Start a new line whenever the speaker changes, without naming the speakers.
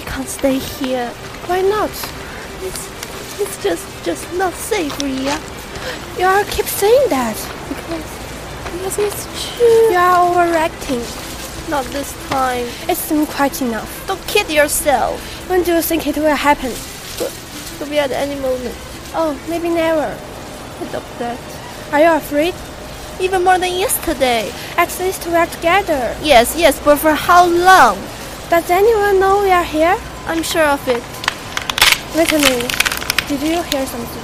can't stay here.
Why not?
It's, it's just just not safe, Ria.
You all keep saying that.
Because because it's true.
You are overreacting.
Not this time.
It's not quite enough.
Don't kid yourself.
When do you think it will happen?
Could be at any moment.
Oh, maybe never.
I doubt that.
Are you afraid?
Even more than yesterday.
At least we are together.
Yes, yes, but for how long?
Does anyone know we are here?
I'm sure of it.
Wait a minute. Did you hear something?